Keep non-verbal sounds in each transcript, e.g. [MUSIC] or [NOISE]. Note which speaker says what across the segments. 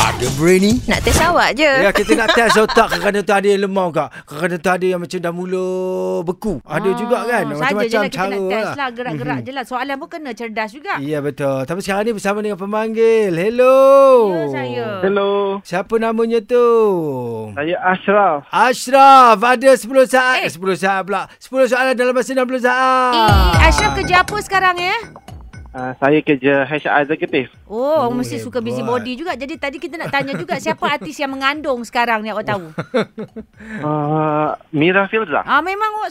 Speaker 1: Ada brain ni
Speaker 2: Nak test awak je
Speaker 3: Ya kita nak test otak Kerana tu ada yang lemah kak Kerana tu ada yang macam dah mula beku Ada
Speaker 4: Ah,
Speaker 3: juga kan
Speaker 4: Saja je
Speaker 3: Macam-macam
Speaker 4: lah kita
Speaker 3: cara Mhm.
Speaker 4: nak test lah Gerak-gerak je lah Soalan pun kena cerdas juga
Speaker 3: Ya betul Tapi sekarang ni bersama dengan pemanggil Hello
Speaker 4: Ya saya
Speaker 5: Hello,
Speaker 3: Siapa namanya tu?
Speaker 5: saya Ashraf.
Speaker 3: Ashraf ada 10 saat eh.
Speaker 4: Eh.
Speaker 3: 10 saat pula 10 soalan dalam masa 60 saat
Speaker 4: Eh Ashraf kerja apa sekarang ya?
Speaker 5: Uh, saya kerja HR Executive.
Speaker 4: Oh,
Speaker 3: Oh,
Speaker 4: orang mesti suka busy
Speaker 3: hebat.
Speaker 4: body juga. Jadi tadi kita nak tanya juga siapa artis yang mengandung sekarang ni awak tahu?
Speaker 3: [LAUGHS] Hmm.
Speaker 5: Uh, Mira Filza.
Speaker 4: Ah memang awak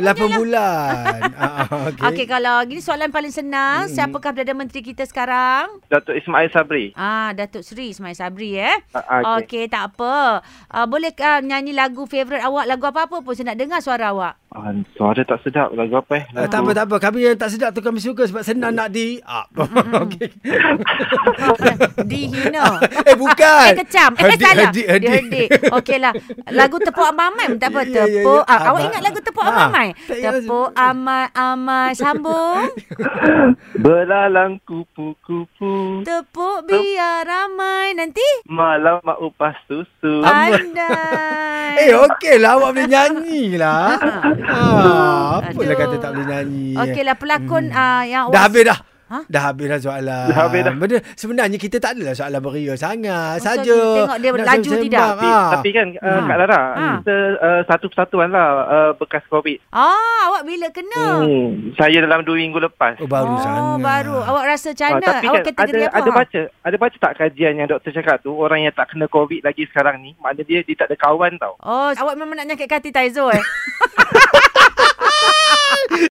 Speaker 3: Eh,
Speaker 4: tahu. lah.
Speaker 3: 8
Speaker 4: [LAUGHS]
Speaker 3: bulan ah,
Speaker 4: Okey okay, kalau gini soalan paling senang, hmm. siapakah Perdana Menteri kita sekarang?
Speaker 5: Datuk Ismail Sabri.
Speaker 4: Ah Datuk Seri Ismail Sabri eh.
Speaker 5: Ah, ah,
Speaker 4: Okey, okay, tak apa. Ah, boleh ah, nyanyi lagu favourite awak, lagu apa-apa pun saya nak dengar suara awak.
Speaker 5: Uh, suara tak sedap. Lagu apa eh?
Speaker 3: Ah,
Speaker 5: Lagu...
Speaker 3: tak apa tak apa kami yang tak sedap tu kami suka sebab senang nak di up. [LAUGHS] Okey.
Speaker 4: Ha, [LAUGHS] Dihina.
Speaker 3: eh bukan.
Speaker 4: Eh kecam. Eh
Speaker 3: Herdik,
Speaker 4: salah.
Speaker 3: herdik,
Speaker 4: Dia
Speaker 3: herdik.
Speaker 4: herdik. Okeylah. Lagu tepuk amai pun tak apa.
Speaker 3: Ya, ya, ya.
Speaker 4: Tepuk. ah, awak
Speaker 3: Amai.
Speaker 4: ingat lagu tepuk
Speaker 3: Ah,
Speaker 4: amai?
Speaker 3: tak ingat.
Speaker 4: Tepuk amai amai sambung.
Speaker 5: Belalang kupu-kupu.
Speaker 4: Tepuk biar ramai nanti
Speaker 5: Malam mak upas susu.
Speaker 3: Ah, [LAUGHS]
Speaker 4: pandai. ah.
Speaker 3: Eh okey lah awak boleh nyanyi lah. ah, apalah
Speaker 4: Aduh.
Speaker 3: kata tak boleh nyanyi.
Speaker 4: Okeylah pelakon hmm. uh, yang
Speaker 3: Dah habis dah.
Speaker 4: Ha?
Speaker 3: Dah habis dah soalan.
Speaker 5: Dah habis dah.
Speaker 3: Benda, sebenarnya kita tak adalah soalan beria sangat.
Speaker 4: Maksud
Speaker 3: Saja.
Speaker 4: tengok dia
Speaker 3: Nak
Speaker 4: laju
Speaker 3: sembang-sembang,
Speaker 4: tidak.
Speaker 5: Tapi,
Speaker 3: ah.
Speaker 5: tapi kan uh,
Speaker 4: Ha.
Speaker 5: Kak Lara,
Speaker 3: Hmm.
Speaker 4: Ha.
Speaker 5: kita uh, satu persatuan lah uh, bekas COVID.
Speaker 4: Ah, awak bila kena?
Speaker 5: Hmm, saya dalam dua minggu lepas.
Speaker 3: Oh, baru
Speaker 4: oh,
Speaker 3: sangat.
Speaker 4: baru. Awak rasa
Speaker 5: Ah,
Speaker 4: macam mana?
Speaker 5: tapi
Speaker 4: awak
Speaker 5: kan
Speaker 4: kategori
Speaker 5: ada,
Speaker 4: apa?
Speaker 5: ada baca ada baca tak kajian yang doktor cakap tu orang yang tak kena covid lagi sekarang ni maknanya dia dia tak ada kawan tau
Speaker 4: Oh, awak memang nak nyakit hati Taizo eh?